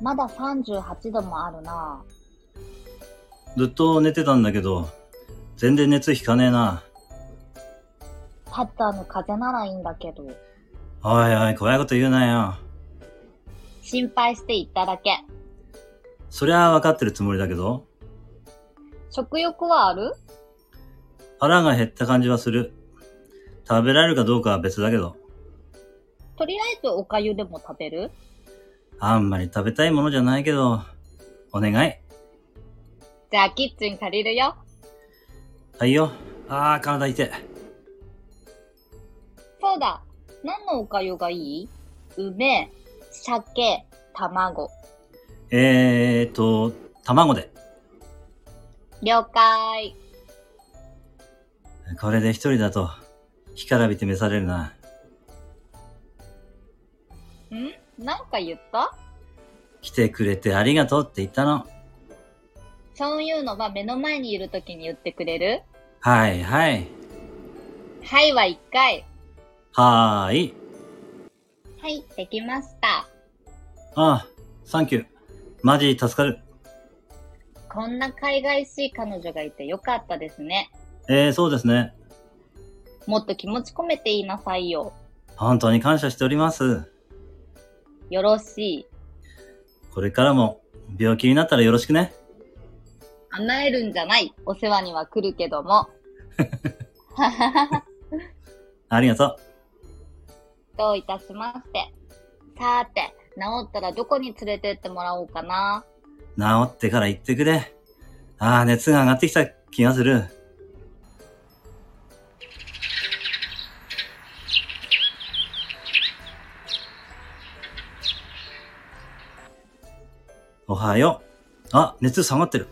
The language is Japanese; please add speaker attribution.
Speaker 1: まだ38度もあるな。
Speaker 2: ずっと寝てたんだけど、全然熱引かねえな。
Speaker 1: パッターの風邪ならいいんだけど、
Speaker 2: おいおい、怖いこと言うなよ。
Speaker 1: 心配して言っただけ。
Speaker 2: そりゃ分かってるつもりだけど、
Speaker 1: 食欲はある
Speaker 2: 腹が減った感じはする。食べられるかどうかは別だけど、
Speaker 1: とりあえずおかゆでも食べる
Speaker 2: あんまり食べたいものじゃないけど、お願い。
Speaker 1: じゃあキッチン借りるよ。
Speaker 2: はいよ。あー、体痛い。
Speaker 1: そうだ。何のおかゆがいい梅、鮭、卵。
Speaker 2: えーと、卵で。
Speaker 1: 了解。
Speaker 2: これで一人だと、干からびて召されるな。
Speaker 1: んなんか言った
Speaker 2: 来てくれてありがとうって言ったの。
Speaker 1: そういうのは目の前にいる時に言ってくれる
Speaker 2: はいはい。
Speaker 1: はいは一回。
Speaker 2: はーい。
Speaker 1: はい、できました。
Speaker 2: ああ、サンキュー。マジ助かる。
Speaker 1: こんな海外しい彼女がいてよかったですね。
Speaker 2: えー、そうですね。
Speaker 1: もっと気持ち込めて言いなさいよ。
Speaker 2: 本当に感謝しております。
Speaker 1: よろしい。
Speaker 2: これからも、病気になったらよろしくね。
Speaker 1: 甘えるんじゃない。お世話には来るけども。
Speaker 2: ありがとう。
Speaker 1: どういたしまして。さーて、治ったらどこに連れてってもらおうかな。
Speaker 2: 治ってから行ってくれ。ああ、熱が上がってきた気がする。おはよう。あ、熱下がってる。